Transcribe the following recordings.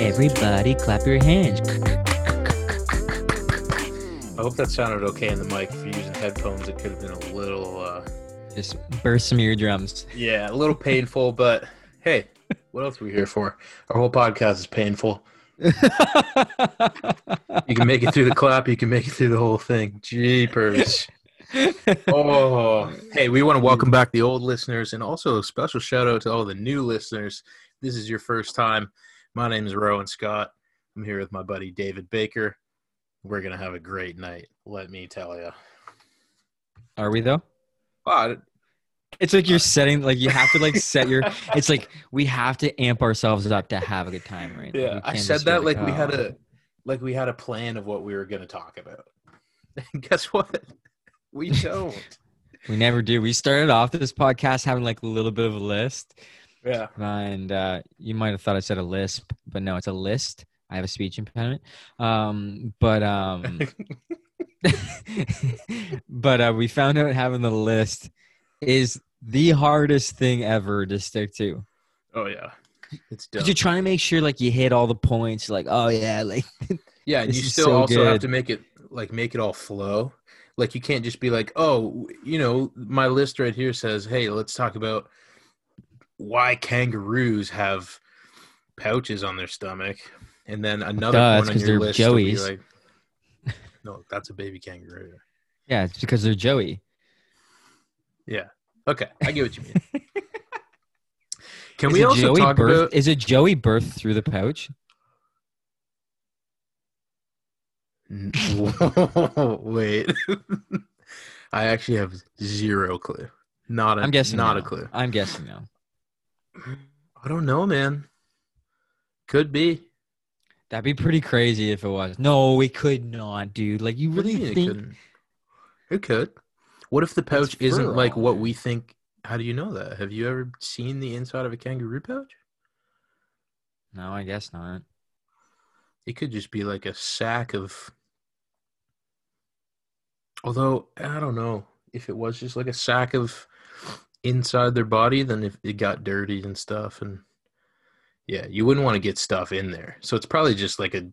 Everybody clap your hands. I hope that sounded okay in the mic. If you're using headphones, it could have been a little, uh, Just burst some eardrums. yeah, a little painful. But hey, what else are we here for? Our whole podcast is painful. You can make it through the clap. You can make it through the whole thing. Jeepers! Oh, hey, we want to welcome back the old listeners, and also a special shout out to all the new listeners. If This is your first time. My name is Rowan Scott. I'm here with my buddy David Baker. We're gonna have a great night. Let me tell you. Are we though? Wow, It's like you're setting like you have to like set your it's like we have to amp ourselves up to have a good time, right? Like, Yeah, we I can't said just be that like we "Oh." had a like we had a plan of what we were going to talk about. And guess what? We don't. we never do. We started off this podcast having like a little bit of a list. yeah. And uh, you might have thought I said a lisp, but no, it's a list. I have a speech impediment. Um, but um, but uh, we found out having the list is the hardest thing ever to stick to. Oh yeah. It's done. Because you're trying to make sure like you hit all the points. Like, oh yeah, like yeah, and this you is still so also have good. to make it like make it all flow. Like you can't just be like, "Oh, you know, my list right here says, "Hey, let's talk about why kangaroos have pouches on their stomach." And then another Duh, that's one on 'cause your they're list will be joeys. like No, that's a baby kangaroo. yeah, it's because they're Joey. Okay, I get what you mean. Can Is we a also Joey talk birth, about? is a Joey birth through the pouch? Wait, I actually have zero clue. Not a, I'm guessing Not a no. clue. I'm guessing no. I don't know, man. Could be. That'd be pretty crazy if it was. No, we could not, dude. Like you What do really you mean it think couldn't? It could. What if the pouch isn't like furrow. what we think? How do you know that? Have you ever seen the inside of a kangaroo pouch? No, I guess not. It could just be like a sack of. Although I don't know if it was just like a sack of inside their body, then if it got dirty and stuff, and yeah, you wouldn't want to get stuff in there. So it's probably just like a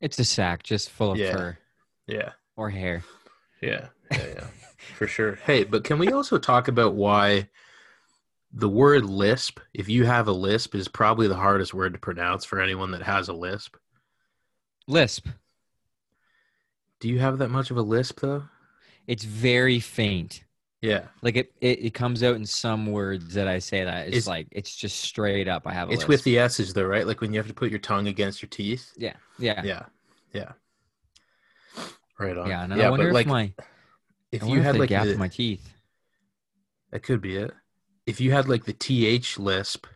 It's a sack just full of Yeah. fur yeah, or hair. yeah, yeah, yeah, for sure. Hey, but can we also talk about why the word lisp, if you have a lisp, is probably the hardest word to pronounce for anyone that has a lisp. Lisp. Do you have that much of a lisp though? It's very faint. Yeah. Like it, it, it comes out in some words that I say that it's, It's- like it's just straight up. I have a It's lisp. with the S's though, right? Like when you have to put your tongue against your teeth. yeah, yeah, yeah. Yeah. Yeah. Right on. and I wonder but if like my if I you wonder if had the like gap the, in my teeth. that could be it. If you had like the TH lisp,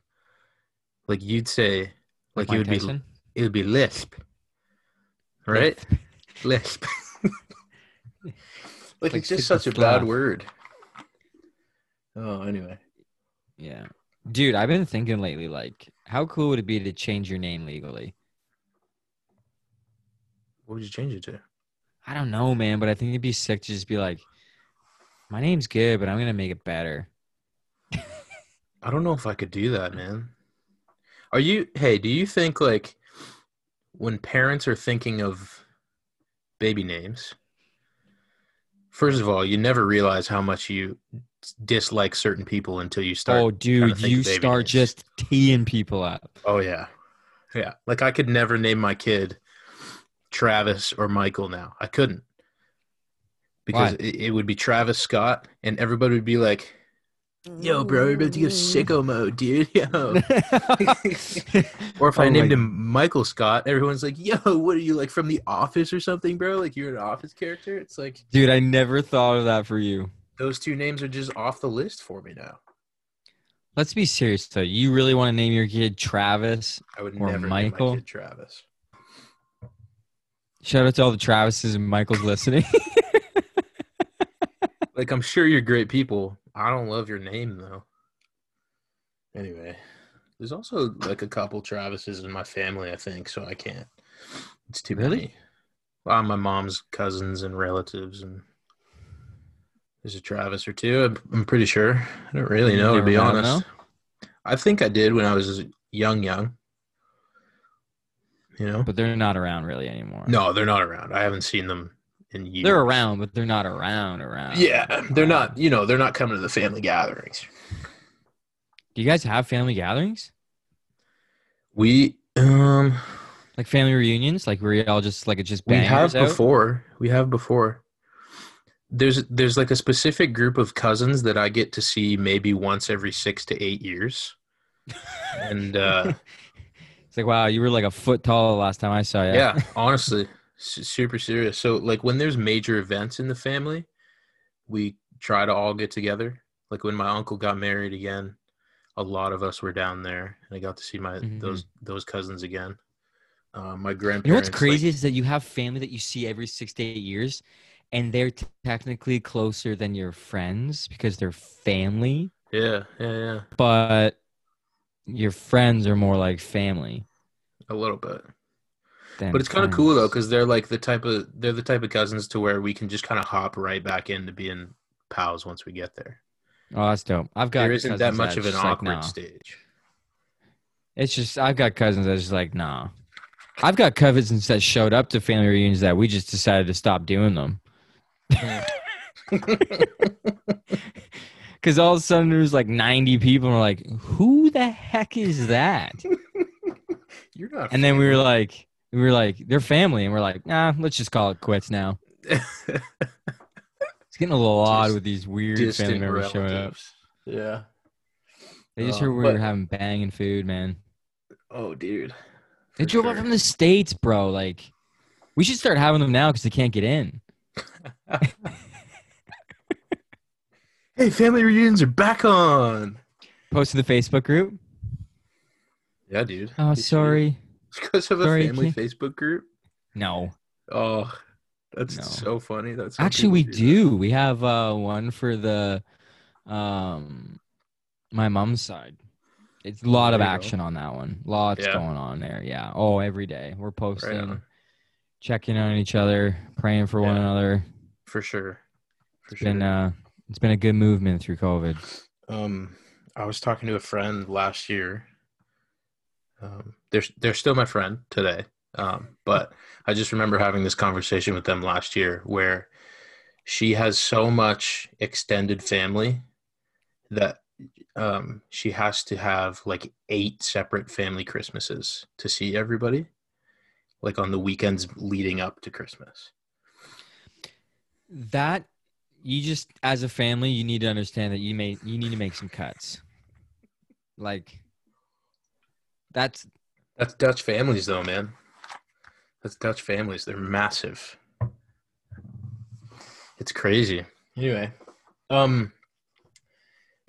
like you'd say like it Mike would be Tyson? it would be lisp. Right? Lisp. Lisp. like like it's just super such a bad fluff. word. Oh, anyway. Yeah, dude, I've been thinking lately. Like, how cool would it be to change your name legally? What would you change it to? I don't know, man, but I think it'd be sick to just be like, my name's good, but I'm gonna make it better. I don't know if I could do that, man. Are you hey, do you think like when parents are thinking of baby names, first of all, you never realize how much you dislike certain people until you start oh, dude, think of you baby start names. just teeing people up. Oh yeah. Yeah. Like I could never name my kid Travis or Michael now. I couldn't. Because Why? it, it would be Travis Scott and everybody would be like, Yo, bro, you're about to go sicko mode, dude. Yo. Or if I Oh named my- him Michael Scott, everyone's like, Yo, what are you like from the office or something, bro? Like you're an office character? It's like dude, I never thought of that for you. those two names are just off the list for me now. Let's be serious though. You really want to name your kid Travis? I would Or never name Michael. my kid Travis. Shout out to all the Travises and Michaels listening. Like I'm sure you're great people. I don't love your name though. Anyway, there's also like a couple Travises in my family, I think, so I can't. It's too Really? many. Well, my mom's cousins and relatives, and there's a Travis or two. I'm, I'm pretty sure. I don't really You know to never be met him, honest. I think I did when I was young, young. You know, but they're not around really anymore. no, they're not around. I haven't seen them in years. they're around, but they're not around. Around. Yeah, they're not. You know, they're not coming to the family gatherings. Do you guys have family gatherings, We um like family reunions, like where you all just like it just we bangers have out? before. We have before. There's there's like a specific group of cousins that I get to see maybe once every six to eight years, and uh, It's like wow, you were like a foot tall the last time I saw you. yeah, honestly, su- super serious. So like when there's major events in the family, we try to all get together. Like when my uncle got married again, a lot of us were down there, and I got to see my Mhm. those those cousins again. Uh, my grandparents. You know what's like- crazy is that you have family that you see every six to eight years, and they're t- technically closer than your friends because they're family, yeah, yeah, yeah. but your friends are more like family. A little bit. Than But it's kind of cool though, friends. because they're like the type of they're the type of cousins to where we can just kind of hop right back into being pals once we get there. oh, that's dope. I've got there isn't that cousins much of an just like, awkward nah. stage. It's just I've got cousins that's just like nah. I've got cousins that showed up to family reunions that we just decided to stop doing them. Because all of a sudden there's like 90 people, and we're like, who the heck is that? You're not. And then we were like, we were like, they're family, and we're like, nah, let's just call it quits now. It's getting a little odd Just with these weird family distant members showing up. relatives. Yeah. They just Oh, heard we but- were having banging food, man. Oh, dude. They For drove up sure. from the states, bro. Like, we should start having them now because they can't get in. Hey, family reunions are back on. Post to the Facebook group. Yeah, dude. Oh, You should. sorry. You guys have a Sorry, family kid. Facebook group. No, Oh, that's No. so funny. That's actually, we do. We have uh, one for the, um, my mom's side. It's a lot of There you go. action on that one. Lots Yeah. going on there. Yeah. Oh, every day we're Right posting. on. checking on each other, praying for one Yeah. another. For sure. For It's been uh, it's been a good movement through COVID. um i was talking to a friend last year um they're they're still my friend today um but i just remember having this conversation with them last year where she has so much extended family that um she has to have like eight separate family christmases to see everybody like on the weekends leading up to christmas That you just as a family, you need to understand that you may you need to make some cuts. Like that's that's dutch families though man that's dutch families they're massive It's crazy. Anyway, um,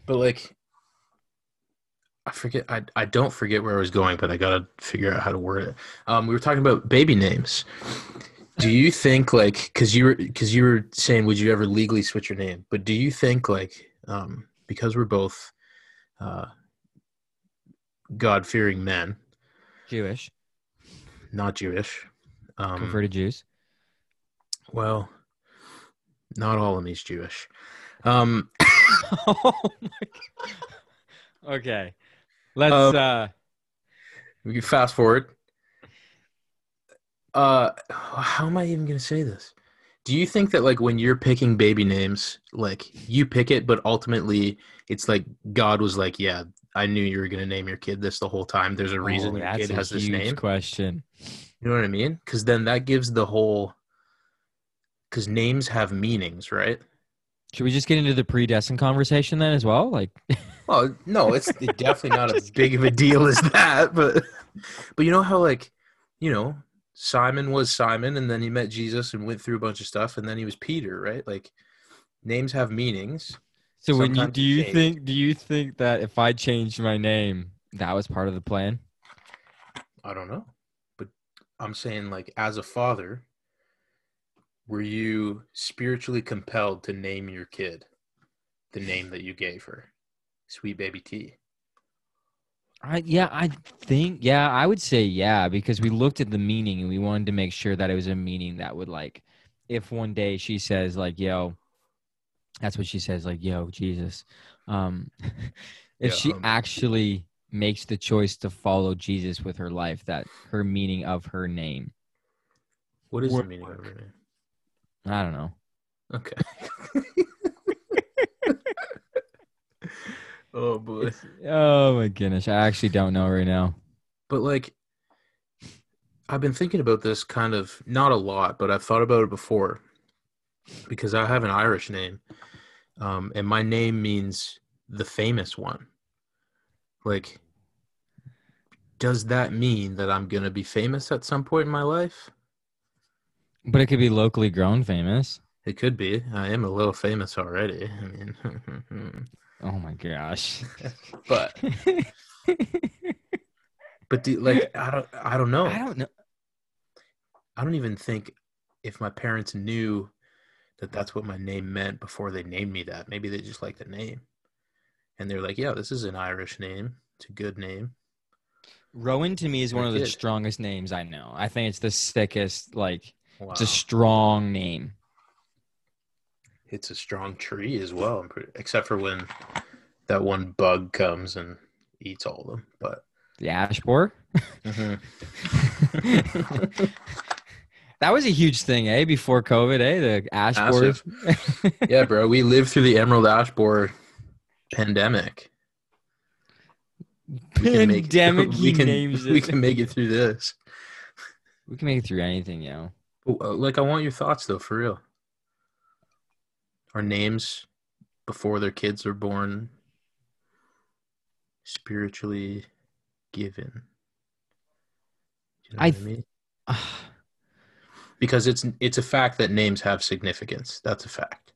but like, I forget. I I don't forget where I was going, but I gotta figure out how to word it. Um, we were talking about baby names. Do you think like because you were because you were saying would you ever legally switch your name? But do you think like um because we're both uh God fearing men, Jewish not Jewish, um, converted Jews. well, not all of me's Jewish. Um, oh my God. Okay, let's. Um, uh We can fast forward. Uh, how am I even gonna say this? Do you think that like when you're picking baby names, like you pick it, but ultimately it's like God was like, "Yeah, I knew you were gonna name your kid this the whole time. There's a reason oh, your that's kid a has this huge name." question. You know what I mean? Because then that gives the whole. Because names have meanings, right? Should we just get into the predestined conversation then as well? Like, Well, no, it's definitely not as Just big of a deal as that, but but you know how like you know Simon was Simon, and then he met Jesus and went through a bunch of stuff, and then he was Peter, right? Like names have meanings. So when you Sometimes do it you changes. think do you think that if I changed my name, that was part of the plan? I don't know, but I'm saying like as a father, were you spiritually compelled to name your kid the name that you gave her, Sweet Baby T? I yeah, I think yeah, I would say yeah because we looked at the meaning and we wanted to make sure that it was a meaning that would like if one day she says like yo that's what she says like yo Jesus um Yeah, if she um, actually makes the choice to follow Jesus with her life, that her meaning of her name. What is Work. the meaning of her name? I don't know. Okay. oh boy. Oh my goodness. I actually don't know right now. But like I've been thinking about this kind of not a lot, but I've thought about it before because I have an Irish name. Um and my name means the famous one. Like does that mean that I'm going to be famous at some point in my life? But it could be locally grown famous. It could be. I am a little famous already. I mean, Oh my gosh. but But do, like I don't I don't know. I don't know. I don't even think if my parents knew that that's what my name meant before they named me that. Maybe they just like the name. And they're like, "Yeah, this is an Irish name. It's a good name." Rowan to me is one I of the did. strongest names I know. I think it's the sickest, like, Wow. it's a strong name. it's a strong tree as well, I'm pretty, except for when that one bug comes and eats all of them. But The ash borer? Mm-hmm. that was a huge thing, eh? Before COVID, eh? The ash borer. yeah, bro, we lived through the emerald ash borer pandemic. We can make- Pandemic, we he can, names it. We can make it through this. We can make it through anything, yo. Well, uh, Like, I want your thoughts though, for real. Our names before their kids are born, spiritually given. You know what I I th- mean? Ah, Because it's it's a fact that names have significance. That's a fact.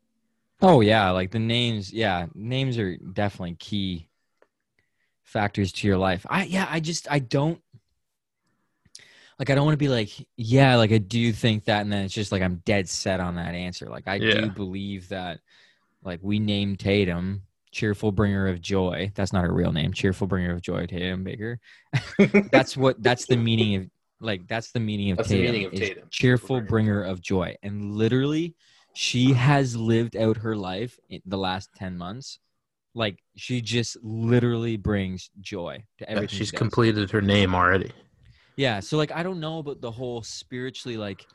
Oh yeah, like the names, yeah, names are definitely key factors to your life. I yeah, I just I don't like I don't want to be like, yeah, like I do think that and then it's just like I'm dead set on that answer. Like I Yeah. do believe that like we named Tatum cheerful bringer of joy. That's not her real name. Cheerful bringer of joy Tatum Baker. That's what that's the meaning of like that's the meaning of That's the Tatum. meaning of is Tatum. Cheerful bringer of joy. And literally she has lived out her life in the last 10 months. Like she just literally brings joy to Yeah, everything. she she's does. completed her name already. Yeah. So like I don't know about the whole spiritually like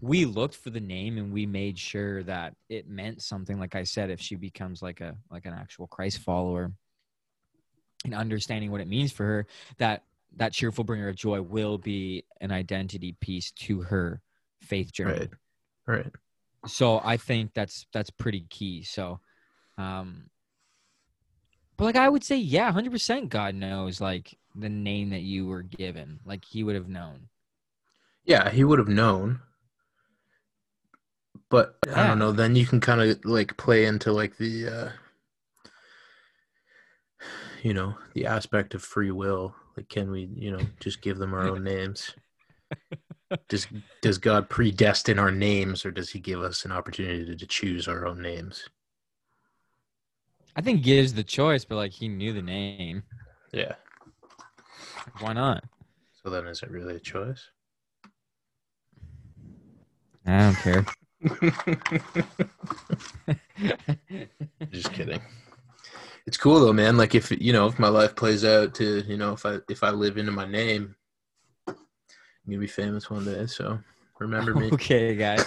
we looked for the name and we made sure that it meant something. Like I said, if she becomes like a like an actual Christ follower and understanding what it means for her, that that cheerful bringer of joy will be an identity piece to her faith journey Right. Right. so I think that's that's pretty key. So, um, but like I would say, yeah, hundred percent. God knows, like the name that you were given, like He would have known. Yeah, he would have known. But I Yeah. don't know, then you can kind of like play into like the uh you know, the aspect of free will. Like can we, you know, just give them our own names? Does does God predestine our names or does he give us an opportunity to, to choose our own names? I think gives the choice, but like He knew the name. Yeah. Why not? So then is it really a choice? I don't care. Just kidding. It's cool though, man. Like if you know, if my life plays out to you know, if I if I live into my name, I'm gonna be famous one day. So remember me. okay, guys.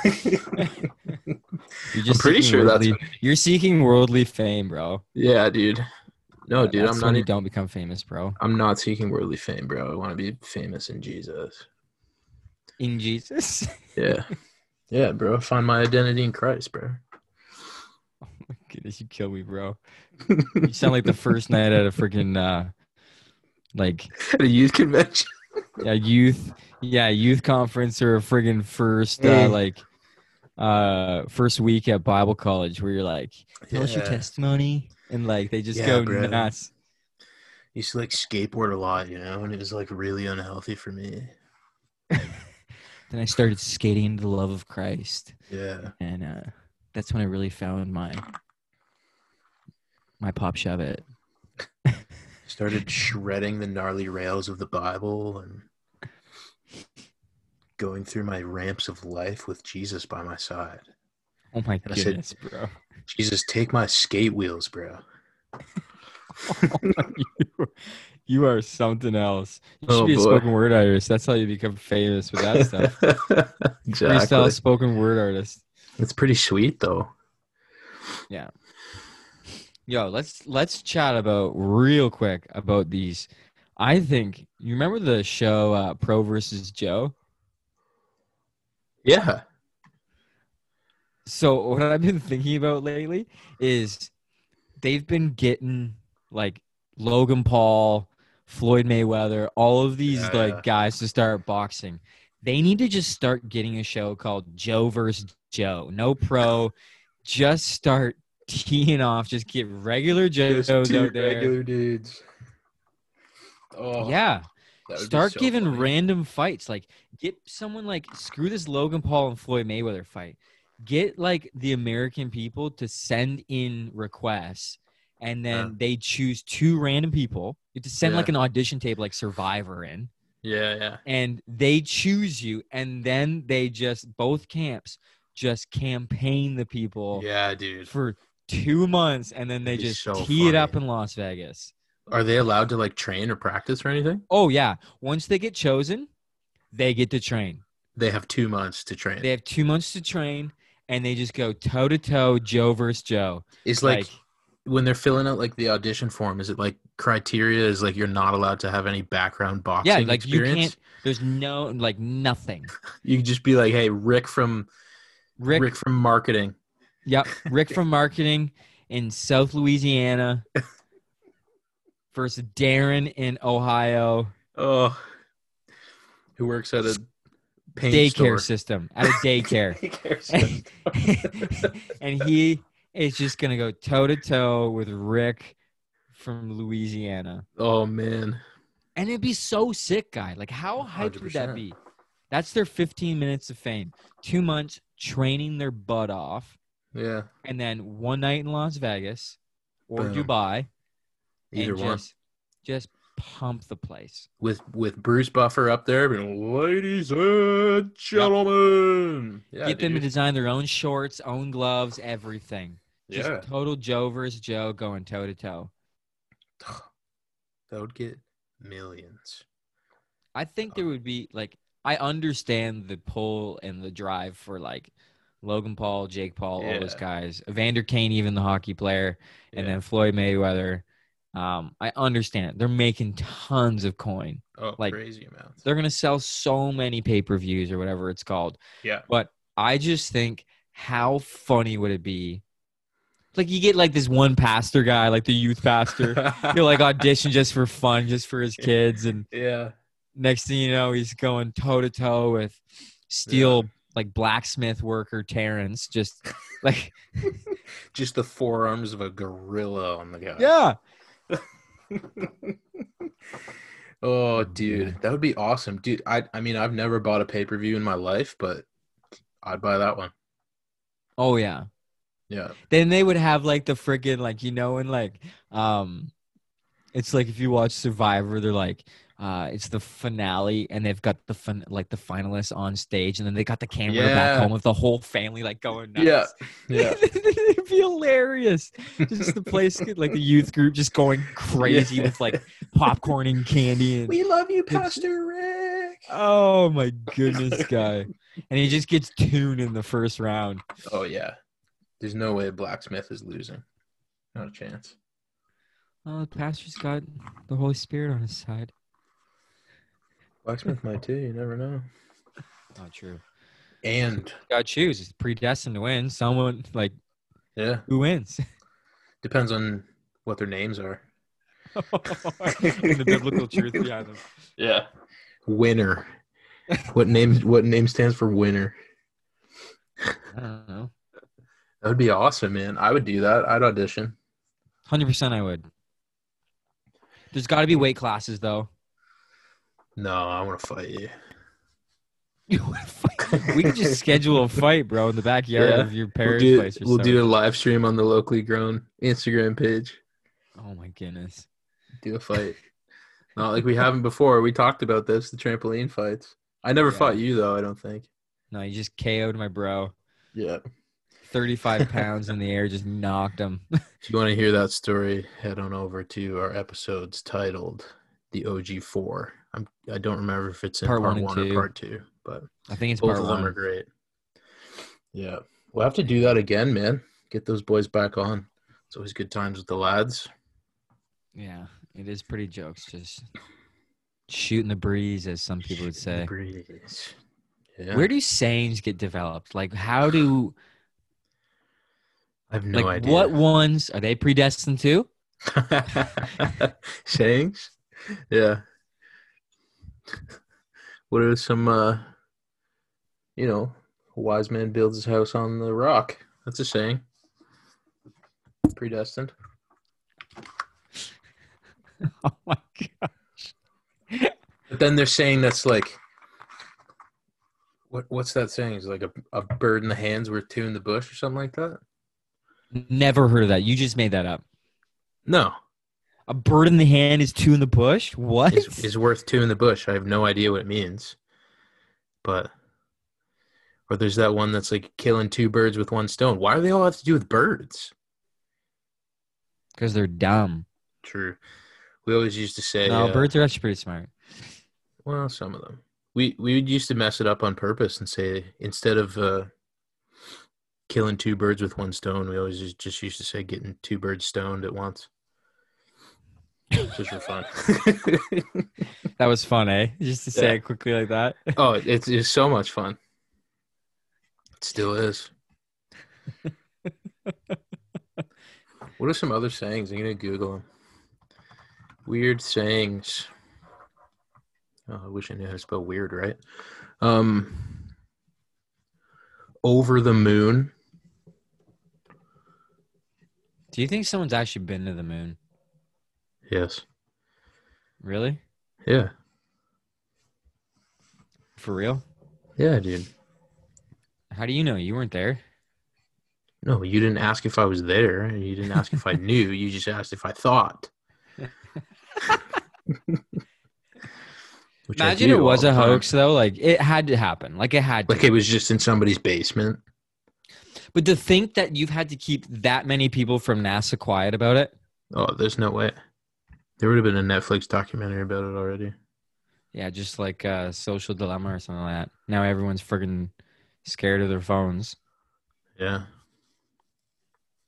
You're just pretty seeking sure that's worldly- you're seeking worldly fame, bro. yeah, dude. No, dude, That's I'm when not. you Even, don't become famous, bro. I'm not seeking worldly fame, bro. I want to be famous in Jesus. In Jesus. Yeah, yeah, bro. Find my identity in Christ, bro. Goodness, you kill me, bro. You sound like the first night at a freaking uh, like At a youth convention. a youth, yeah, youth conference or a friggin' first uh, Mm. like uh first week at Bible college where you're like, tell us your Yeah. testimony, and like they just Yeah, go bro. nuts. used to like skateboard a lot, you know, and it was like really unhealthy for me. Then I started skating into the love of Christ, Yeah. and uh, that's when I really found my my pop shove it. started shredding the gnarly rails of the Bible and going through my ramps of life with Jesus by my side. Oh my I said- goodness, bro. Jesus, take my skate wheels, bro. you, You are something else. You should Oh, be a boy. spoken word artist. That's how you become famous with that stuff. exactly. Freestyle spoken word artist. It's pretty sweet though. Yo, let's let's chat about real quick about these. I think you remember the show uh, Pro versus Joe. Yeah. So what I've been thinking about lately is they've been getting like Logan Paul, Floyd Mayweather, all of these Yeah, like yeah. guys to start boxing. They need to just start getting a show called Joe versus Joe. No pro, just start teeing off. Just get regular Joes out there. dudes. Oh, yeah, that would be start so giving funny. random fights. Like get someone like screw this Logan Paul and Floyd Mayweather fight. Get like the American people to send in requests, and then Yeah. they choose two random people. You have to Uh. send Yeah. like an audition tape, like Survivor, in, Yeah, yeah. and they choose you, and then they just both camps just campaign the people Yeah, dude. for two months, and then they That'd be just so tee it funny. up in Las Vegas. Are they allowed to like train or practice or anything? Oh yeah, once they get chosen, they get to train. They have two months to train. They have two months to train, and they just go toe to toe, Joe versus Joe. it's like, Like, when they're filling out like the audition form, is it like criteria is like you're not allowed to have any background boxing yeah, like you experience? can't. There's no like nothing. You could just be like, hey, Rick from Rick, Rick, from marketing. yep, Rick from marketing in South Louisiana versus Darren in Ohio Oh, who works at a paint daycare store. system at a daycare, Daycare store. and he is just gonna go toe to toe with Rick from Louisiana. oh man, And it'd be so sick, guy. Like, how hyped would that 100%. be? That's their 15 minutes of fame. Two months training their butt off, yeah. and then one night in Las Vegas or Boom. Dubai, Either and one just just pump the place. with with Bruce Buffer up there, being ladies and gentlemen. Yeah, Get them to dude. design their own shorts, own gloves, everything. Just yeah. total Joe versus Joe going toe to toe. That would get millions. I think Uh-huh. there would be like I understand the pull and the drive for like Logan Paul, Jake Paul, all those Yeah. guys, Evander Kane, even the hockey player, and Yeah. then Floyd Mayweather. Um, I understand it. They're making tons of coin. oh, like- crazy amounts. They're gonna sell so many pay per views or whatever it's called. Yeah. But I just think how funny would it be? Like you get like this one pastor guy, like the youth pastor. He'll like audition just for fun, just for his kids and yeah. next thing you know, he's going toe to toe with steel like blacksmith worker Terrence. Just like Just the forearms of a gorilla on the guy. yeah, Oh, dude, that would be awesome, dude. I I mean, I've never bought a pay per view in my life, but I'd buy that one. oh yeah. Yeah. Then they would have like the freaking like you know and like um, it's like if you watch Survivor, they're like. Uh, it's the finale, and they've got the fin- like the finalists on stage, and then they got the camera back Yeah. home with the whole family like going nuts. Yeah. Yeah. It'd be hilarious. Just the place, like the youth group, just going crazy Yeah. with like popcorn and candy. And, love you, It's- Rick. oh my goodness, guy! And he just gets tuned in the first round. Oh yeah. There's no way Blacksmith is losing. Not a chance. Oh, the pastor's got the Holy Spirit on his side. Blacksmith might too. You never know. Not true. And Got choose. It's predestined to win. Someone like yeah, who wins depends on what their names are. And the biblical truth behind them. Yeah. Winner. what name? What name stands for winner? I don't know. That would be awesome, man. I would do that. I'd audition. Hundred percent, I would. There's got to be weight classes though. No, I want to fight you. we could just schedule a fight, bro, in the backyard Yeah. of your We'll parents' do, place. Or we'll something. do a live stream on the locally grown Instagram page. Oh my goodness. Do a fight. Not like we haven't before. We talked about this, the trampoline fights. I never Yeah. fought you though, I don't think. No, you just KO'd my bro. Yeah. 35 pounds in the air, just knocked him. If you want to hear that story, head on over to our episodes titled the OG four. I'm I don't remember if it's in Part part, one and one, two. or part two, but I think it's both part of them one. are great. Yeah, we'll have to do that again, man. Get those boys back on. It's always good times with the lads. yeah, it is pretty jokes. Just shooting the breeze, as some people would say. Breeze. Yeah, Where do sayings get developed? Like, how do I have no like idea. what ones are they predestined to? sayings yeah what are some uh you know a wise man builds his house on the rock that's a saying predestined Oh my god! but then they're saying that's like what what's that saying is like a, a bird in the hands worth two in the bush or something like that Never heard of that. You just made that up. no A bird in the hand is two in the bush. What? is, is worth two in the bush. I have no idea what it means, but or there's that one that's like killing two birds with one stone. Why do they all have to do with birds? Because they're dumb. True. We always used to say, No, uh, birds are actually pretty smart. well, some of them. We we would used to mess it up on purpose and say instead of uh, killing two birds with one stone, we always just, just used to say getting two birds stoned at once. Just for fun. That was fun, eh? Just to say Yeah. it quickly like that. Oh, it's, it's so much fun. It still is. what are some other sayings? I'm gonna Google them. Weird sayings. Oh, I wish I knew how to spell weird, right? Um, over the moon. Do you think someone's actually been to the moon? Yes. Really? Yeah. For real? Yeah, dude. How do you know you weren't there? No, you didn't ask if I was there, and you didn't ask if I knew. You just asked if I thought. Which I Imagine do it all was the a time. hoax, though. Like it had to happen. Like it had to. Like it was just in somebody's basement. but to think that you've had to keep that many people from NASA quiet about it. Oh, there's no way. There would have been a Netflix documentary about it already. Yeah, just like uh, social dilemma or something like that. Now everyone's friggin' scared of their phones. Yeah.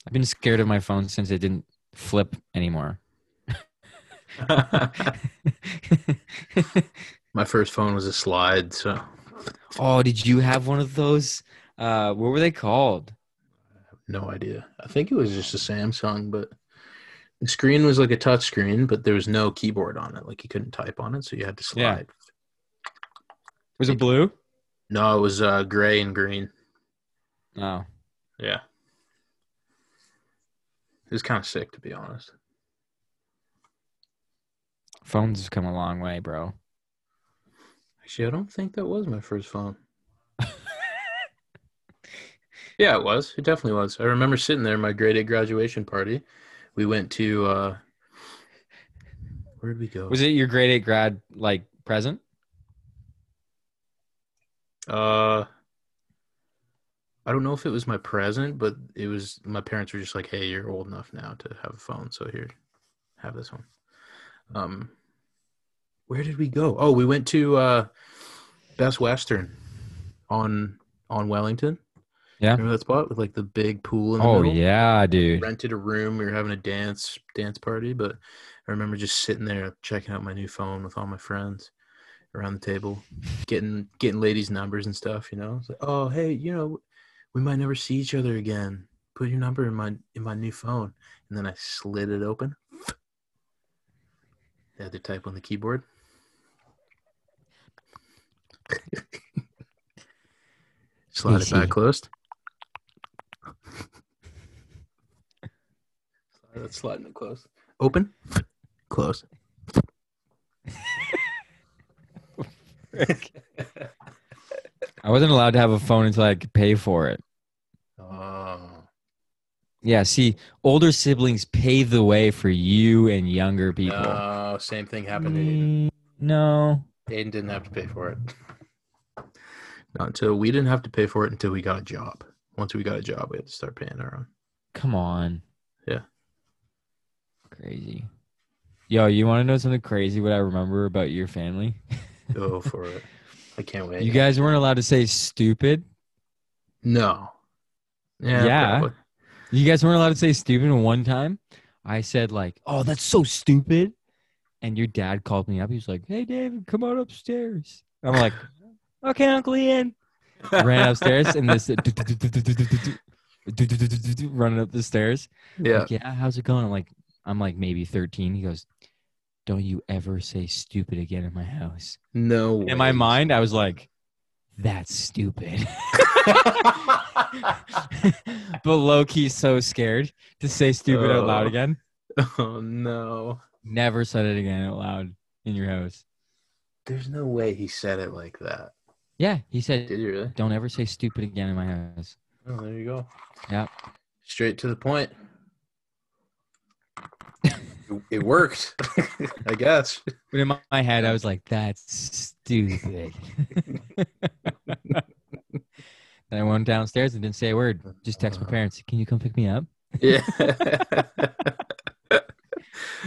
I've been scared of my phone since it didn't flip anymore. My first phone was a slide, so oh, did you have one of those? Uh, what were they called? no idea. I think it was just a Samsung, but the screen was like a touch screen, but there was no keyboard on it. Like you couldn't type on it, so you had to Yeah. slide. Was it blue? No, it was uh, gray and green. Oh. No. Yeah. It was kind of sick, to be honest. Phones have come a long way, bro. Actually, I don't think that was my first phone. yeah, it was. It definitely was. I remember sitting there at my grade eight graduation party. We went to, uh, where did we go? Was it your grade eight grad like present? Uh, I don't know if it was my present, but it was my parents were just like, "Hey, you're old enough now to have a phone, so here, have this one." Um, where did we go? Oh, we went to uh, Best Western on on Wellington. Yeah. remember that spot with like the big pool in the Oh middle? yeah, We dude. rented a room. We were having a dance dance party, but I remember just sitting there checking out my new phone with all my friends around the table, getting getting ladies' numbers and stuff. You know, it's like, oh hey, you know, we might never see each other again. Put your number in my in my new phone, and then I slid it open. I had to type on the keyboard. Slide it Easy. back closed. Slide it- sliding it closed. Open. Close. I wasn't allowed to have a phone until I could pay for it. Oh. Yeah, see, older siblings pave the way for you and younger people. No, same thing happened to Aiden. Mm, No. Aiden didn't have to pay for it. Not until we didn't have to pay for it until we got a job. Once we got a job, we had to start paying our own. Come on. Yeah. Crazy. Yo, you want to know something crazy? What I remember about your family? Go for it. I can't wait. You guys weren't allowed to say stupid. no. Yeah. probably. You guys weren't allowed to say stupid one time. I said like, "Oh, that's so stupid," and your dad called me up. He was like, "Hey, David, come on upstairs." I'm like, "Okay, Uncle Ian." Ran upstairs and this running up the stairs. yeah. Like, yeah, how's it going? I'm like, I'm like maybe 13. He goes, "Don't you ever say stupid again in my house." No. In my ways. mind, I was like, "That's stupid." but low key so scared to say stupid out loud Oh. again. oh no. Never said it again out loud in your house. There's no way he said it like that. Yeah, he said, Did he really? "Don't ever say stupid again in my house." Oh, there you go. Yep. Straight to the point. It- it worked, I guess. But in my, my head, I was like, "That's stupid." then I went downstairs and didn't say a word. Just text my Uh-huh. parents. Can you come pick me up? Yeah.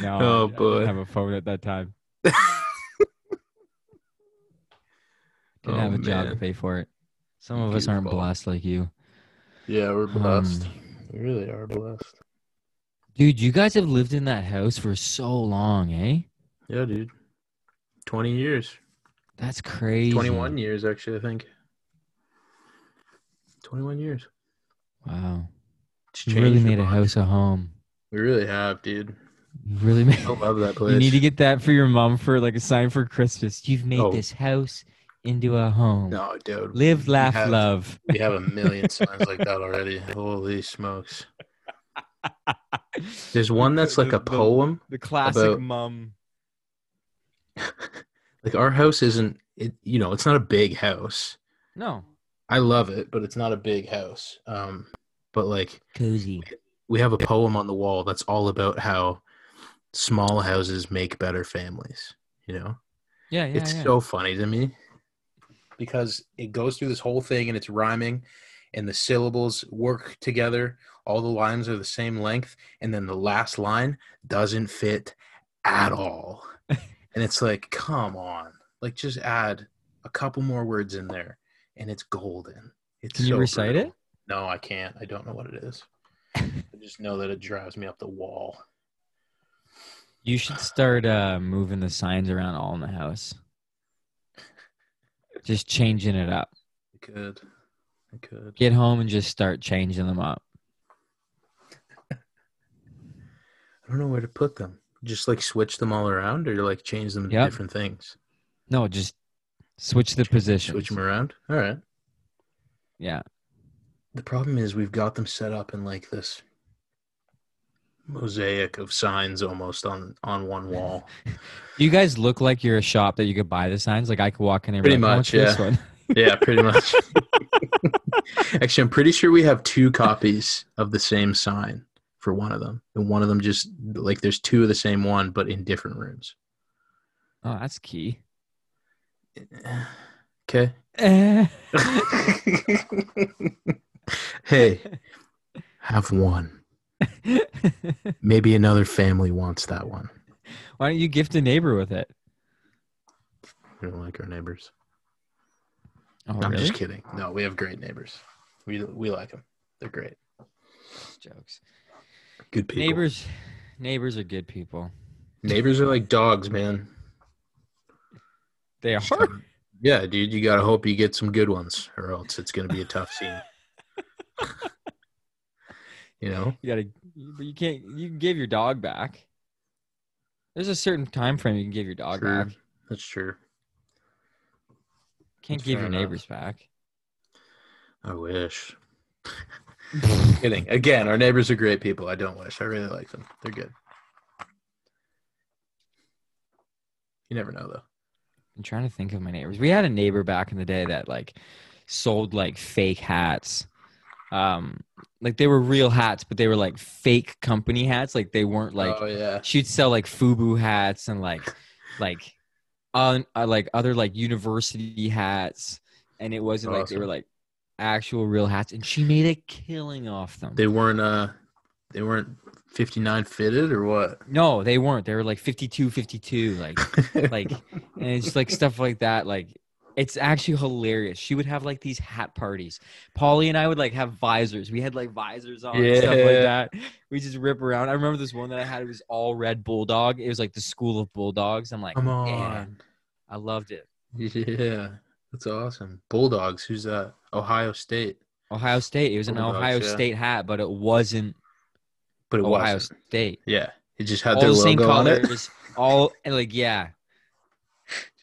No. Oh, I didn't boy. have a phone at that time. Didn't Oh, have a job to man. pay for it. Some of us aren't Beautiful. blessed like you. yeah, we're Um, blessed. we really are blessed. Dude, you guys have lived in that house for so long, eh? Yeah, dude. 20 years. That's crazy. 21 years, actually, I think. 21 years. Wow. It's You really changed made a lot. house a home. We really have, dude. You really made. I love that place. You need to get that for your mom for like a sign for Christmas. You've made Oh. this house into a home. no, dude. Live, we laugh, have- love. We have a million signs like that already. Holy smokes. There's one that's like a poem. The classic about- mom. Like our house isn't it you know, it's not a big house. No. I love it, but it's not a big house. Um but like Cozy. we have a poem on the wall that's all about how small houses make better families, you know? Yeah, yeah. it's yeah. so funny to me because it goes through this whole thing and it's rhyming and the syllables work together all the lines are the same length and then the last line doesn't fit at all and it's like come on like just add a couple more words in there and it's golden it's Can you so recite brutal. it? no i can't i don't know what it is i just know that it drives me up the wall You should start uh, moving the signs around all in the house. Just changing it up. i could i could Get home and just start changing them up. I don't know where to put them. Just like switch them all around or like change them to Yep. different things. No, just switch the position. Switch them around. All right. Yeah. The problem is we've got them set up in like this mosaic of signs almost on on one wall. You guys look like you're a shop that you could buy the signs. Like I could walk in and be Pretty like, "How much, for this yeah. one?" yeah, pretty much. Actually, I'm pretty sure we have two copies of the same sign for one of them. And one of them just like there's two of the same one but in different rooms. Oh, that's key. Okay. Eh. hey, have one. Maybe another family wants that one. Why don't you gift a neighbor with it? We don't like our neighbors. Oh, I'm really? just kidding. No, we have great neighbors. We we like them. They're great. Jokes. Good people. Neighbors, neighbors are good people. Neighbors are like dogs, man. They are. Yeah, dude, you gotta hope you get some good ones, or else it's gonna be a tough scene. you know? You gotta, but you can't. You can give your dog back. There's a certain time frame you can give your dog True. back. That's true. Can't That's fair give your enough. neighbors back. I wish. Kidding. Again, our neighbors are great people. I don't wish. I really like them. They're good. You never know though. I'm trying to think of my neighbors. We had a neighbor back in the day that like sold like fake hats. Um, like they were real hats, but they were like fake company hats. Like they weren't like oh yeah. she'd sell like FUBU hats and like like on uh, like other like university hats, and it wasn't like they were Awesome. like actual real hats. And she made a killing off them. They weren't uh they weren't 59 fitted or what? No, they weren't. They were like 52, 52, like like and it's like stuff like that. Like it's actually hilarious. She would have like these hat parties. Polly and I would like have visors. We had like visors on and stuff like Yeah. that. We just rip around. I remember this one that I had. It was all red bulldog. It was like the school of bulldogs. I'm like, Come "Yeah." on. I loved it. Yeah. That's awesome. Bulldogs. Who's that? Ohio State. Ohio State. It was an Bulldogs, Ohio yeah. State hat, but it wasn't But it Ohio wasn't. State. Yeah. It just had All their the same logo on it. colors. All and like yeah.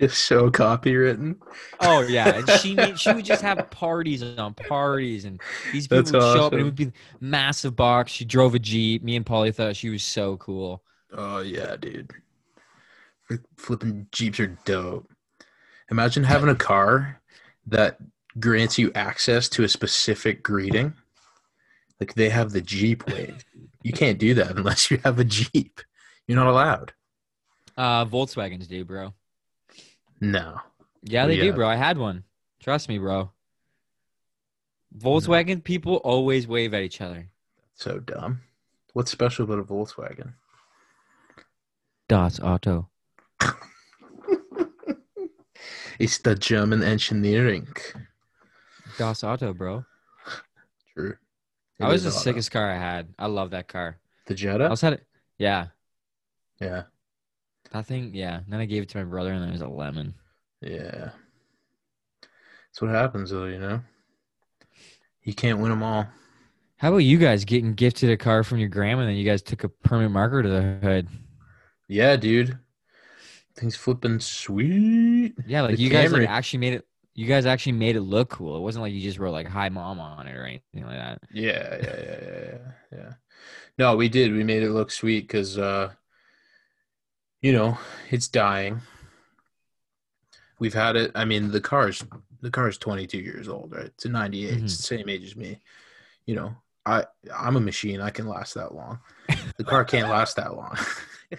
Just so copywritten. Oh yeah, and she made, she would just have parties on parties, and these people That's would show up, and it awesome. would be massive box. She drove a jeep. Me and Polly thought she was so cool. Oh yeah, dude. Flip- Flipping Jeeps are dope. Imagine having a car that grants you access to a specific greeting. Like they have the Jeep wave. you can't do that unless you have a Jeep. You're not allowed. Uh, Volkswagens do, bro. No. Yeah, they do, Yeah. bro. I had one. Trust me, bro. Volkswagen people always wave at each other. So dumb. What's special about a Volkswagen? Dots Auto. It's the German engineering. Das Auto, bro. True. That It was is the auto. sickest car I had. I love that car. The I Jetta? also had it. Yeah, Yeah. that thing. Yeah. And then I gave it to my brother, and there was a lemon. Yeah. That's what happens, though, you know? You can't win them all. How about you guys getting gifted a car from your grandma and then you guys took a permanent marker to the hood? Yeah, dude. Things flipping sweet. Yeah, like The you guys like, Camry. actually made it you guys actually made it look cool. It wasn't like you just wrote like hi mom on it or anything like that. Yeah, yeah, yeah, yeah, yeah, yeah. No, we did. We made it look sweet because, uh, you know, it's dying. We've had it. I mean, the car's the car's 22 years old, right? It's a 98. Mm-hmm. It's the same age as me. You know, I I'm a machine. I can last that long. The car can't last that long.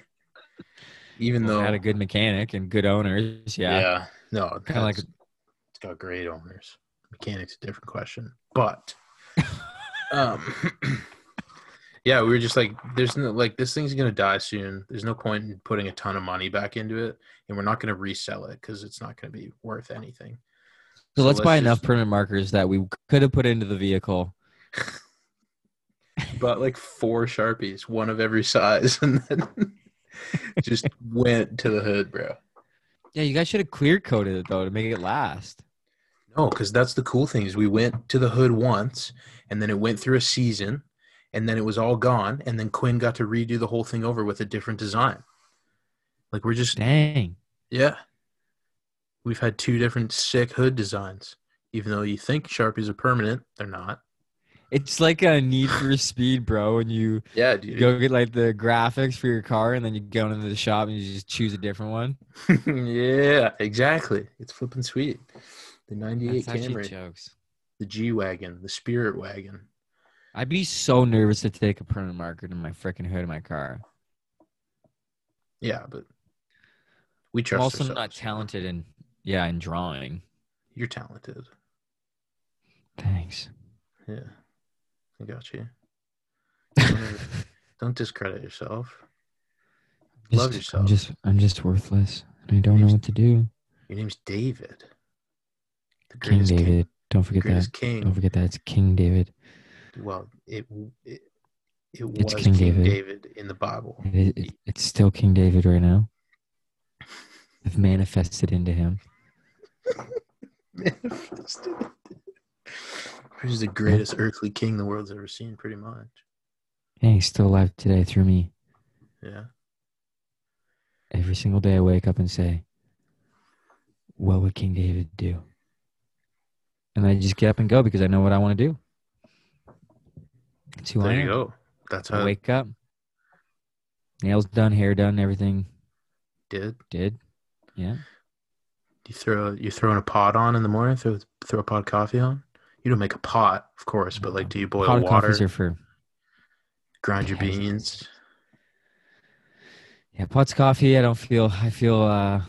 Even No. though, Had a good mechanic and good owners. yeah, Yeah. no, Kinda like- it's- it's got great owners. Mechanics, a different question, but um, yeah, we were just like, there's no like this thing's gonna die soon. There's no point in putting a ton of money back into it, and we're not gonna resell it because it's not gonna be worth anything. So, So let's let's buy just- enough permanent markers that we could have put into the vehicle. But like four sharpies, one of every size, and then just went to the hood, bro. Yeah, you guys should have clear coated it though to make it last. No, because that's the cool thing is we went to the hood once, and then it went through a season, and then it was all gone, and then Quinn got to redo the whole thing over with a different design. Like we're just Dang. yeah, we've had two different sick hood designs. Even though you think Sharpies are permanent, they're not. It's like a need for speed, bro, when you Yeah, you go get like the graphics for your car and then you go into the shop and you just choose a different one. yeah, exactly. It's flipping sweet. The '98 That's actually Camry, jokes. the G wagon, the Spirit wagon. I'd be so nervous to take a permanent marker to my freaking hood of my car. Yeah, but we trust I'm also not ourselves. talented in yeah in drawing. You're talented. Thanks. Yeah, I got you. Don't ever- Don't discredit yourself. Love Just- yourself. I'm just I'm just worthless. and I don't know what to do. Your name's David. The King greatest David. King. Don't forget Greatest that. Don't king. forget that. It's King David. Well, it it, it was It's King, King David. David. in the Bible. It is, it, it's still King David right now. I've manifested into him. Manifested. He's the greatest earthly king the world's ever seen, pretty much. And he's still alive today through me. Yeah. Every single day I wake up and say, What would King David do? And I just get up and go because I know what I want to do. It's who I There you am. go. That's I how it wake up, nails done, hair done, everything did. did. Yeah. You throw you throwing a pot on in the morning. Throw throw a pot of coffee on. You don't make a pot, of course, but like, do you boil Pot of water? coffees are for grind your Yes. beans. yeah, pots of coffee. I don't feel I feel uh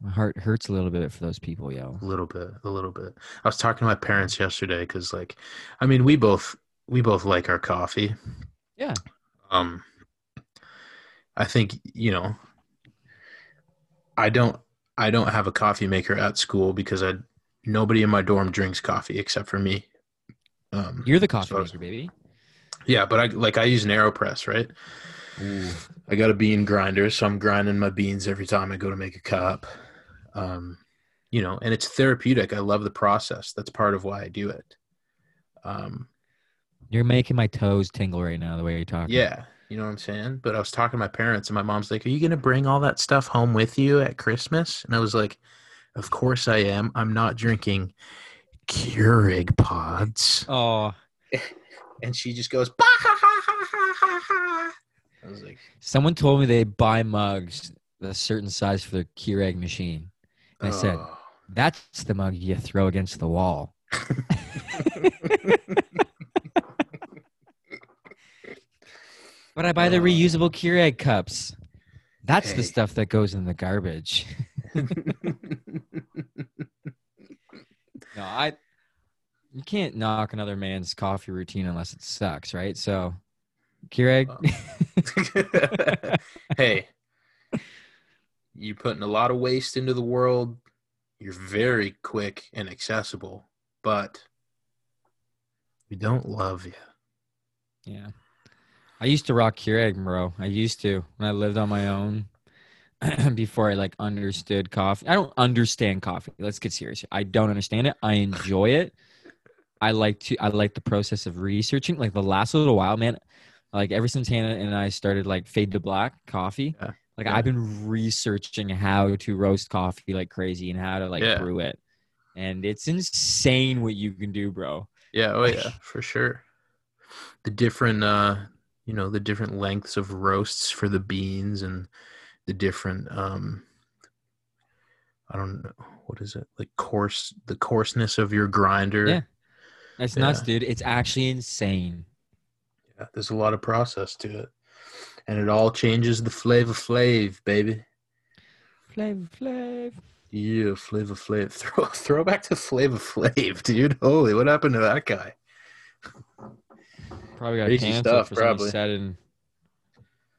my heart hurts a little bit for those people, yo. A little bit, a little bit. I was talking to my parents yesterday because, like, I mean, we both we both like our coffee. Yeah. Um, I think you know, I don't I don't have a coffee maker at school because I nobody in my dorm drinks coffee except for me. Um, You're the coffee So- maker, baby. yeah, but I like I use an AeroPress, right? I got a bean grinder, so I'm grinding my beans every time I go to make a cup. Um, you know, and it's therapeutic. I love the process. That's part of why I do it. Um, You're making my toes tingle right now the way you're talking. yeah, you know what I'm saying? But I was talking to my parents, and my mom's like, Are you going to bring all that stuff home with you at Christmas? And I was like, Of course I am. I'm not drinking Keurig pods. Oh, And she just goes, bah, ha, ha, ha, ha, ha, ha. I was like, someone told me they buy mugs a certain size for their Keurig machine. I said- "Oh." That's the mug you throw against the wall. but I buy the Uh, reusable Keurig cups. That's hey. the stuff that goes in the garbage. "Oh." No, I you can't knock another man's coffee routine unless it sucks, right? So Keurig, Well, hey, you're putting a lot of waste into the world. You're very quick and accessible, but we don't love you. yeah. I used to rock Keurig, bro. I used to when I lived on my own before I like understood coffee. I don't understand coffee. Let's get serious. here. I don't understand it. I enjoy it. I like to I like the process of researching. Like the last little while, man, like ever since Hannah and I started like fade to black coffee. Yeah. Like Yeah. I've been researching how to roast coffee like crazy and how to like Yeah. brew it. And it's insane what you can do, bro. Yeah, oh yeah, for sure. The different uh you know, the different lengths of roasts for the beans and the different um I don't know what is it? Like coarse the coarseness of your grinder. Yeah. That's nuts, Yeah. dude. It's actually insane. Yeah, there's a lot of process to it. And it all changes the flavor flav, baby. Flav, flav. Yeah, flavor flav. Throw throwback to flavor flav, dude. Holy, what happened to that guy? Probably got Crazy canceled stuff, for something probably. he said in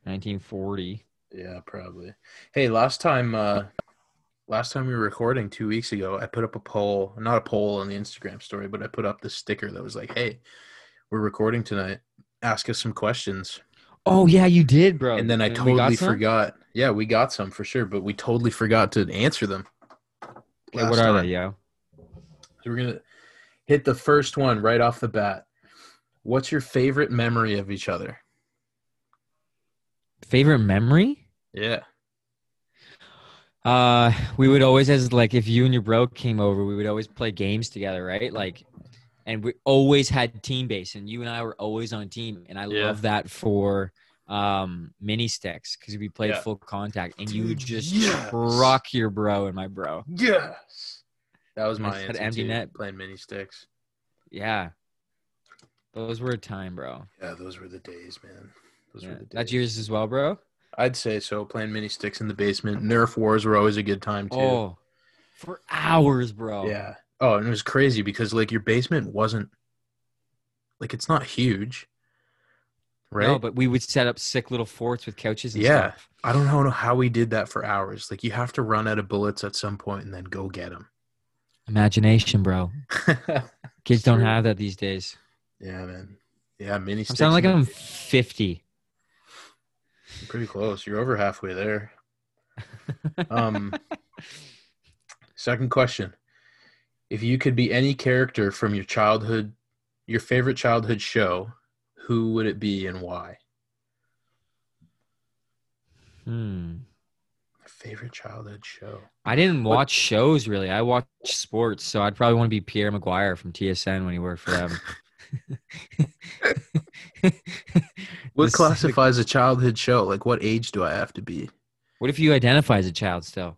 1940. Yeah, probably. Hey, last time uh last time we were recording 2 weeks ago, I put up a poll, not a poll on the Instagram story, but I put up this sticker that was like, "Hey, we're recording tonight. Ask us some questions." Oh yeah, you did, bro. And then I we totally got some? forgot. Yeah, we got some for sure, but we totally forgot to answer them. Wait, what last are time. they, yo? So we're gonna hit the first one right off the bat. What's your favorite memory of each other? Favorite memory? Yeah. Uh, we would always, as like, if you and your bro came over, we would always play games together, right? Like, and we always had team base, and you and I were always on team, and I Yeah. love that for um mini sticks because we played Yeah. full contact, and you Dude, just yes. rock your bro and my bro. Yes. That was I my said answer. empty too, net. Playing mini sticks. Yeah, those were a time, bro. Yeah, those were the days, man. Those Yeah. were the days. That's yours as well, bro. I'd say so. Playing mini sticks in the basement. Nerf wars were always a good time too. Oh, for hours, bro. Yeah. Oh, and it was crazy because like your basement wasn't like it's not huge. Right? No, but we would set up sick little forts with couches and Yeah. stuff. I don't know how we did that for hours. Like you have to run out of bullets at some point and then go get them. Imagination, bro. Kids don't True. have that these days. yeah, man. Yeah, mini I'm sticks. sounding like in the I'm ba- 50. pretty close. You're over halfway there. Um, second question: If you could be any character from your childhood, your favorite childhood show, who would it be and why? Hmm. Favorite childhood show. I didn't What- watch shows really. I watched sports, so I'd probably want to be Pierre Maguire from TSN when he worked for them. What This- classifies a childhood show? Like, what age do I have to be? What if you identify as a child still?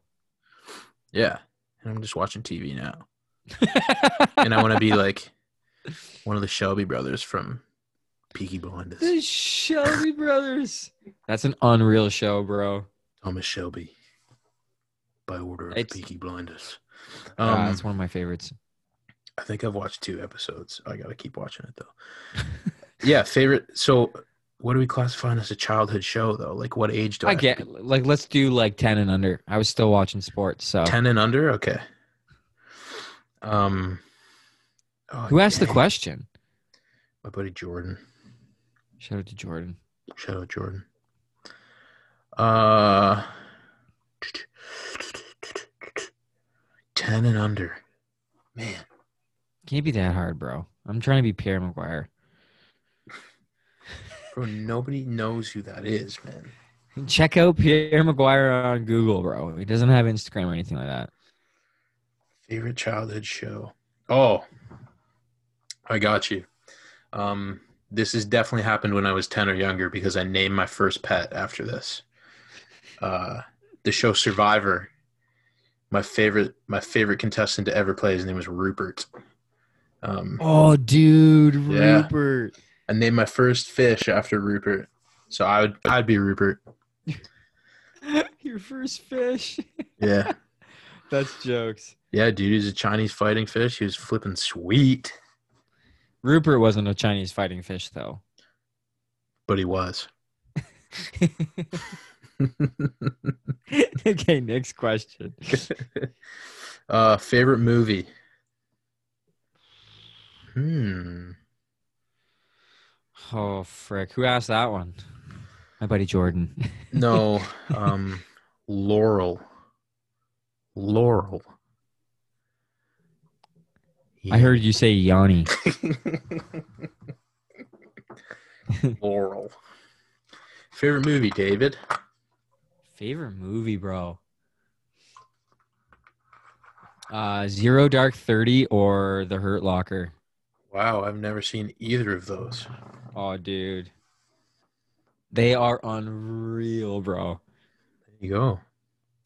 Yeah, and I'm just watching TV now, and I want to be like one of the Shelby brothers from Peaky Blinders. the Shelby Brothers. That's an unreal show, bro. Thomas Shelby, by order of It's- Peaky Blinders. Uh, Um, that's one of my favorites. I think I've watched two episodes. I gotta keep watching it though. yeah, favorite. So what are we classifying as a childhood show though? Like what age do I, I get like let's do like ten and under. I was still watching sports, so ten and under? Okay. Um. oh, who asked the dang. question? My buddy Jordan. Shout out to Jordan. Shout out Jordan. Uh, ten and under. Man, Can't be that hard, bro. I'm trying to be Pierre McGuire. bro, nobody knows who that is, man. Check out Pierre McGuire on Google, bro. He doesn't have Instagram or anything like that. Favorite childhood show. Oh, I got you. Um, this has definitely happened when I was ten or younger because I named my first pet after this. Uh, the show Survivor. My favorite, my favorite contestant to ever play. His name was Rupert. Um, Oh, dude, Yeah. Rupert. I named my first fish after Rupert, so I would I'd be Rupert. Your first fish. Yeah, That's jokes. yeah, dude. He's a Chinese fighting fish. He was flipping sweet, Rupert wasn't a Chinese fighting fish, though. but he was. okay, next question. uh, favorite movie. Hmm. Oh, frick. Who asked that one? My buddy Jordan. No. Um. Laurel. Laurel. I heard you say Yanni. Laurel. Favorite movie, David. Favorite movie, bro? Uh, Zero Dark Thirty or The Hurt Locker? Wow, I've never seen either of those. Oh, dude, they are unreal, bro. There you go.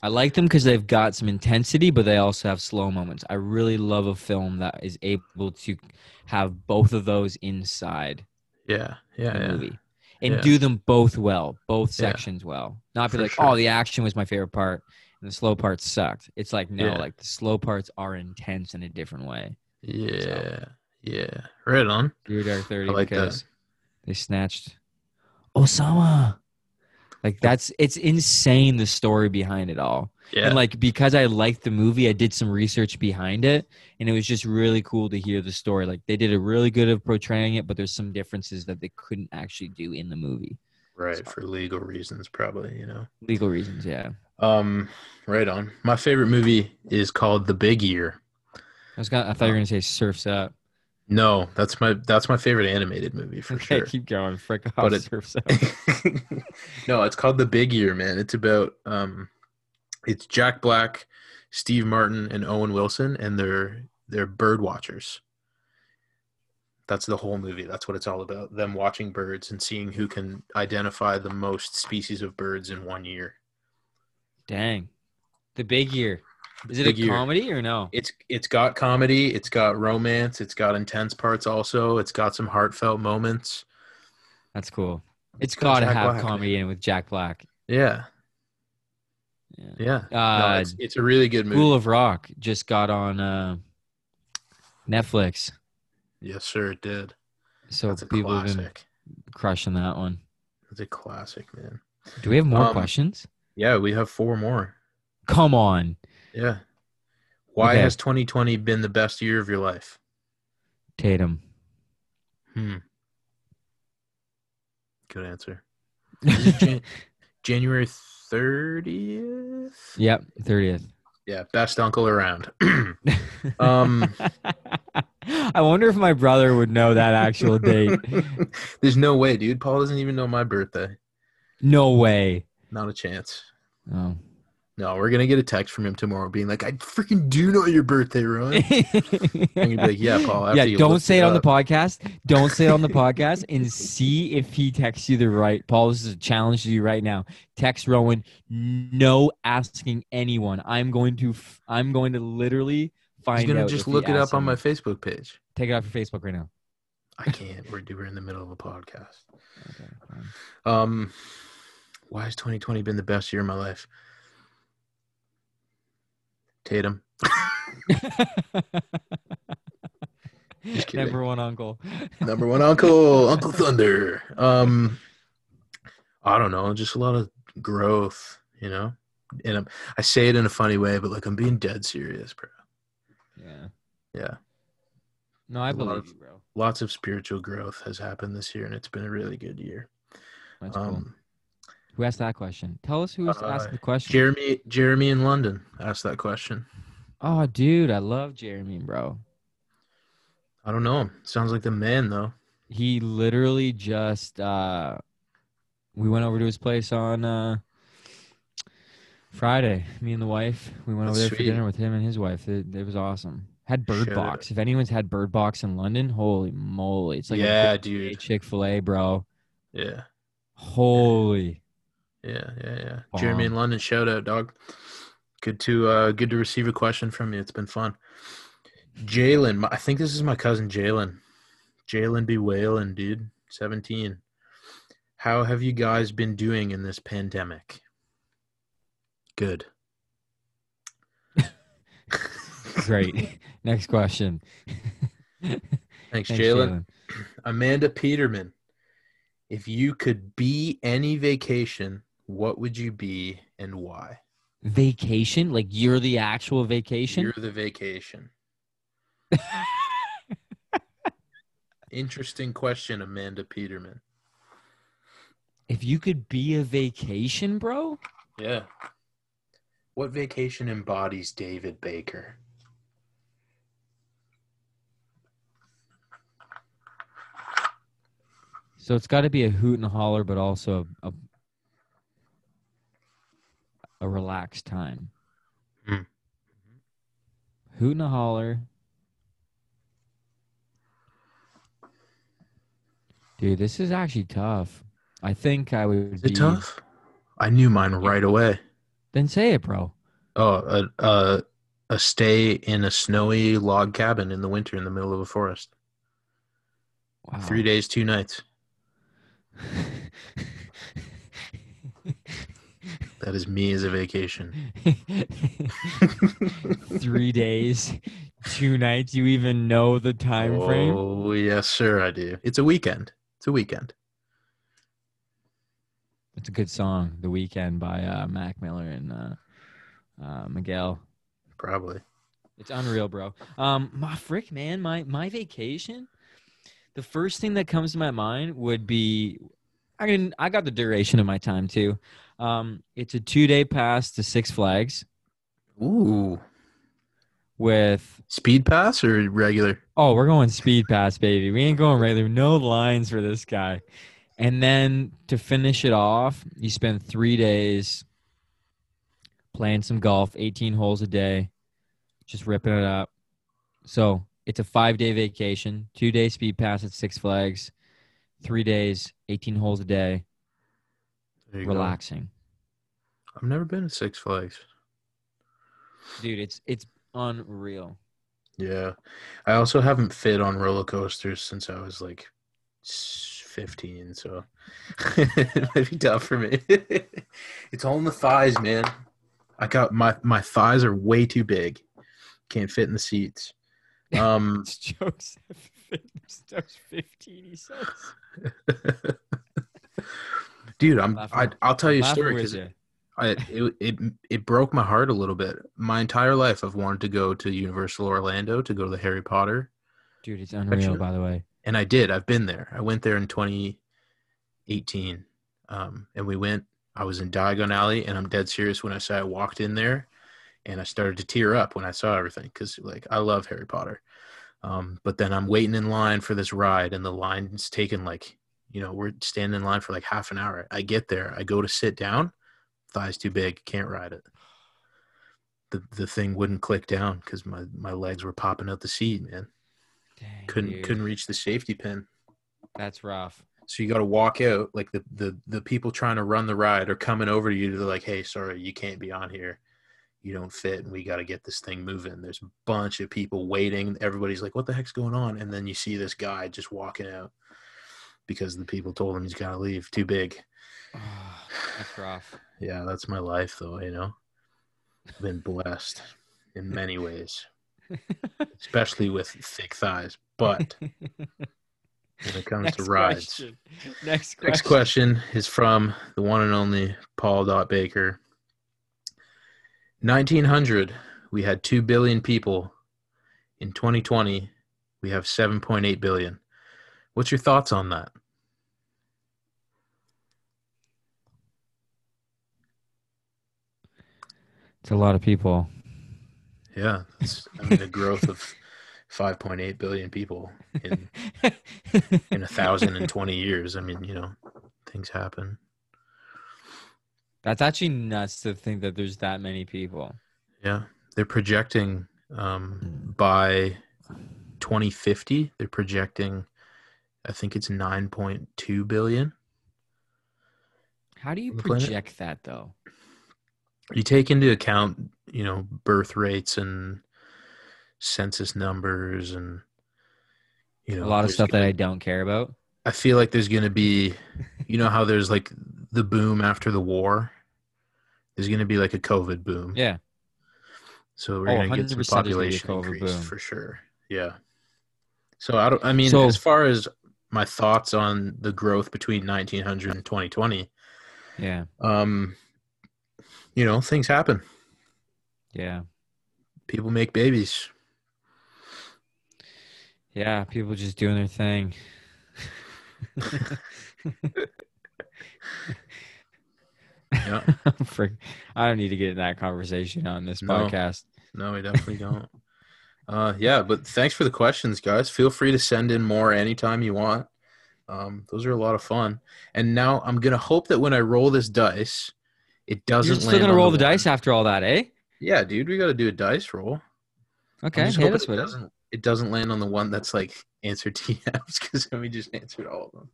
I like them because they've got some intensity, but they also have slow moments. I really love a film that is able to have both of those inside Yeah, yeah, the yeah. movie and Yeah. do them both well, both Yeah. sections well. Not be For like, sure. oh, the action was my favorite part and the slow part sucked. It's like no, Yeah. like the slow parts are intense in a different way. Yeah, yeah. Right on. Zero Dark Thirty like that. because they snatched Osama. Like that's it's insane the story behind it all. Yeah, And like because I liked the movie, I did some research behind it, and it was just really cool to hear the story. Like they did a really good of portraying it, but there's some differences that they couldn't actually do in the movie, right for legal reasons, probably. You know. legal reasons. Yeah, Um, right on. My favorite movie is called The Big Year. I was gonna, I thought you were gonna say Surfs Up. No, that's my that's my favorite animated movie for okay, sure. keep going. Frick off, But it- Surfs Up. no, it's called The Big Year, man. It's about um, it's Jack Black, Steve Martin, and Owen Wilson, and they're they're bird watchers. That's the whole movie. That's what it's all about. Them watching birds and seeing who can identify the most species of birds in one year. Dang, the big year. Is it Big a Year. comedy or no? it's it's got comedy, it's got romance, it's got intense parts also, it's got some heartfelt moments. That's cool. It's got got to Jack have Black. comedy in it with Jack Black. Yeah, Yeah. yeah. No, Uh, it's, it's a really good movie. School of Rock just got on uh, Netflix, Yes, sir, it did. so That's a people have been classic. crushing that one. That's a classic, man. Do we have more Um, questions? Yeah, we have four more. Come on, Yeah. Why Okay. has 2020 been the best year of your life? Tatum. Hmm. Good answer. Is it Jan- January 30th? Yep, thirtieth. Yeah, best uncle around. um I wonder if my brother would know that actual date. There's no way, dude. Paul doesn't even know my birthday. No way. Not a chance. Oh. No, we're gonna get a text from him tomorrow being like, I freaking do know your birthday, Ron. be like, "Yeah, Paul, after Yeah, you don't looked it say it on the up." podcast. Don't say it on the podcast and see if he texts you the right. Paul, this is a challenge to you right now. Text Rowan. No asking anyone. I'm going to. F- I'm going to literally find He's gonna out just if he look it asks up on my someone. Facebook page. Take it off your Facebook right now. I can't. We're we're in the middle of a podcast. Okay, fine. Um why has 2020 been the best year of my life? Tatum. kidding. Number one uncle. Number one uncle, Uncle Thunder. Um I don't know, just a lot of growth, you know. And I'm, I say it in a funny way, but like I'm being dead serious, bro. Yeah. Yeah, No, I A lot believe of- you, bro. lots of spiritual growth has happened this year, and it's been a really good year. That's cool. Um, Who asked that question? Tell us who was uh, asking the question. Jeremy, Jeremy in London asked that question. oh, dude, I love Jeremy, bro. I don't know. him. Sounds like the man though. He literally just uh we went over to his place on uh Friday. Me and the wife, we went That's over there for sweet. dinner with him and his wife. It, it was awesome. Had Bird Shit. Box. If anyone's had Bird Box in London, holy moly, it's like yeah, a dude. Chick Fil A, bro. Yeah, Holy, yeah, yeah, yeah. Bomb. Jeremy in London, shout out, dog. Good to uh, good to receive a question from you. It's been fun. Jalen, my- I think this is my cousin Jalen. Jalen be whaling, dude. Seventeen. How have you guys been doing in this pandemic? Good. great. Next question. Thanks, Thanks, Jalen. Amanda Peterman, if you could be any vacation, what would you be and why? Vacation? Like you're the actual vacation? You're the vacation. Interesting question, Amanda Peterman. if you could be a vacation, bro, Yeah. What vacation embodies David Baker? So it's got to be a hoot and a holler, but also a a, a relaxed time. Hmm. Hoot and a holler, dude. This is actually tough. I think I would. Is be- it tough? I knew mine right away. Then say it, bro. Oh, a, a, a stay in a snowy log cabin in the winter in the middle of a forest. Wow. Three days, two nights. That is me as a vacation. Three days, two nights. You even know the time frame? Oh yes, sir, I do. It's a weekend. It's a weekend. It's a good song, "The Weekend" by uh, Mac Miller and uh, uh, Miguel. Probably. It's unreal, bro. Um, my frick, man, my my vacation. The first thing that comes to my mind would be, I can I got the duration of my time too. Um, it's a two day pass to Six Flags Ooh. with Speed pass or regular? oh we're going speed pass baby we ain't going regular no lines for this guy and then to finish it off you spend three days playing some golf 18 holes a day just ripping it up so it's a five day vacation two day speed pass at six flags three days 18 holes a day There you go. relaxing I've never been to Six Flags. dude it's it's unreal Yeah. I also haven't fit on roller coasters since I was like s- 15, so it might be tough for me. it's all in the thighs, man. I got my my thighs are way too big. Can't fit in the seats. Um it's jokes jokes 15 he says dude, I'm Laughing I, with- I'll tell you a Laughing story with cuz you. I it, it it broke my heart a little bit. My entire life, I've wanted to go to Universal Orlando to go to the Harry Potter, dude it's unreal Actually- by the way and I did. I've been there. I went there in 2018, um, and we went. I was in Diagon Alley, and I'm dead serious when I say I walked in there, and I started to tear up when I saw everything because like I love Harry Potter, um, but then I'm waiting in line for this ride, and the line's taking like you know we're standing in line for like half an hour. I get there, I go to sit down, thighs too big, can't ride it. The, the thing wouldn't click down because my, my legs were popping out the seat, man. Dang, Couldn't dude. couldn't reach the safety pin. That's rough. So you got to walk out. Like the, the the people trying to run the ride are coming over to you. They're like, "Hey, sorry, you can't be on here. You don't fit, and we got to get this thing moving." There's a bunch of people waiting. Everybody's like, "What the heck's going on?" And then you see this guy just walking out because the people told him he's got to leave. Too big. that's rough. Yeah, that's my life, though. You know, I've been blessed in many ways, especially with thick thighs. But when it comes to Next rides. question. Next question. Next question is from the one and only Paul Dot Baker. 1900, we had 2 billion people. In 2020, we have 7.8 billion. What's your thoughts on that? It's a lot of people. Yeah, it's, I mean, the growth of 5.8 billion people in, in 1,020 years. I mean, you know, things happen. That's actually nuts to think that there's that many people. Yeah, they're projecting Hmm. um, by 2050. They're projecting, I think it's 9.2 billion. How do you On the planet? project that though? You take into account, you know, birth rates and census numbers, and you know, a lot of there's stuff that gonna- I don't care about. I feel like there's going to be, you know, how there's like the boom after the war. There's going to be like a COVID boom. Yeah. So we're Oh, gonna get some 100% there's gonna be a population COVID increase boom. for sure. Yeah. So I don't. I mean, So- as far as my thoughts on the growth between 1900 and 2020, Yeah. um, you know, things happen. Yeah. People make babies. Yeah. People just doing their thing. Yeah. Frick, I don't need to get in that conversation on this No. podcast. No, we definitely don't. Uh, yeah, but thanks for the questions, guys. Feel free to send in more anytime you want. Um, those are a lot of fun. And now I'm gonna hope that when I roll this dice, it doesn't. You're still land gonna on roll the one. dice after all that, eh? Yeah, dude, we gotta do a dice roll. I'm Okay. just Hit hoping us it with it. doesn't, it doesn't land on the one that's like answer TMs because then we just answered all of them.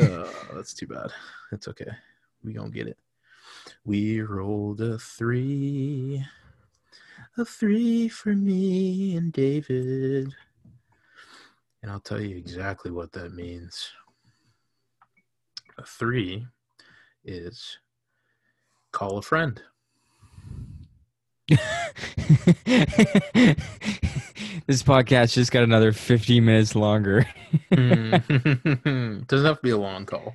Uh, that's too bad. That's okay. We gonna get it. We rolled a three, a three for me and David, and I'll tell you exactly what that means. A three is call a friend. this podcast just got another 50 minutes longer. Mm. Doesn't have to be a long call.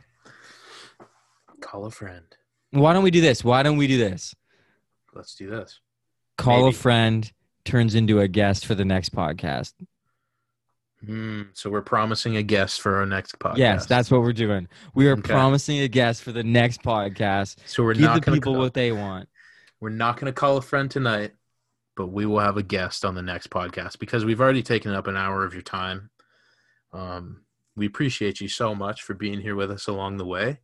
Call a friend. Why don't we do this? Why don't we do this? Let's do this. Call Maybe. a friend turns into a guest for the next podcast. Mm, so we're promising a guest for our next podcast. Yes, that's what we're doing. We are Okay. promising a guest for the next podcast. so we're Give the not gonna people call, what they want. we're not gonna call a friend tonight, but we will have a guest on the next podcast because we've already taken up an hour of your time. Um, we appreciate you so much for being here with us along the way.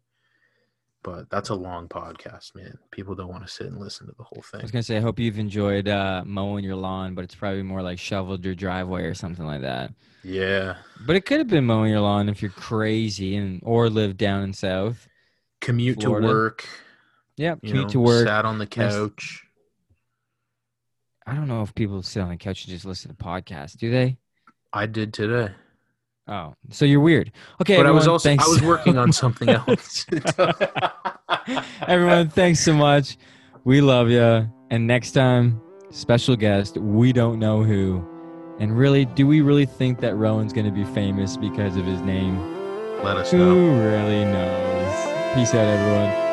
But that's a long podcast, man. People don't want to sit and listen to the whole I thing. was gonna say, I hope you've enjoyed uh, mowing your lawn, but it's probably more like shoveled your driveway or something like that. Yeah. But it could have been mowing your lawn if you're crazy and or live down in south. Commute Florida. to work. Yeah, you commute know, to work. sat on the couch. I don't know if people sit on the couch and just listen to podcasts, do they? I did today, Oh, so you're weird. Okay, but I was everyone, also thanks. I was working on something else. everyone, thanks so much. We love you. And next time, special guest, we don't know who. And really, do we really think that Rowan's going to be famous because of his name? Let us know. Who really knows? Peace out, everyone.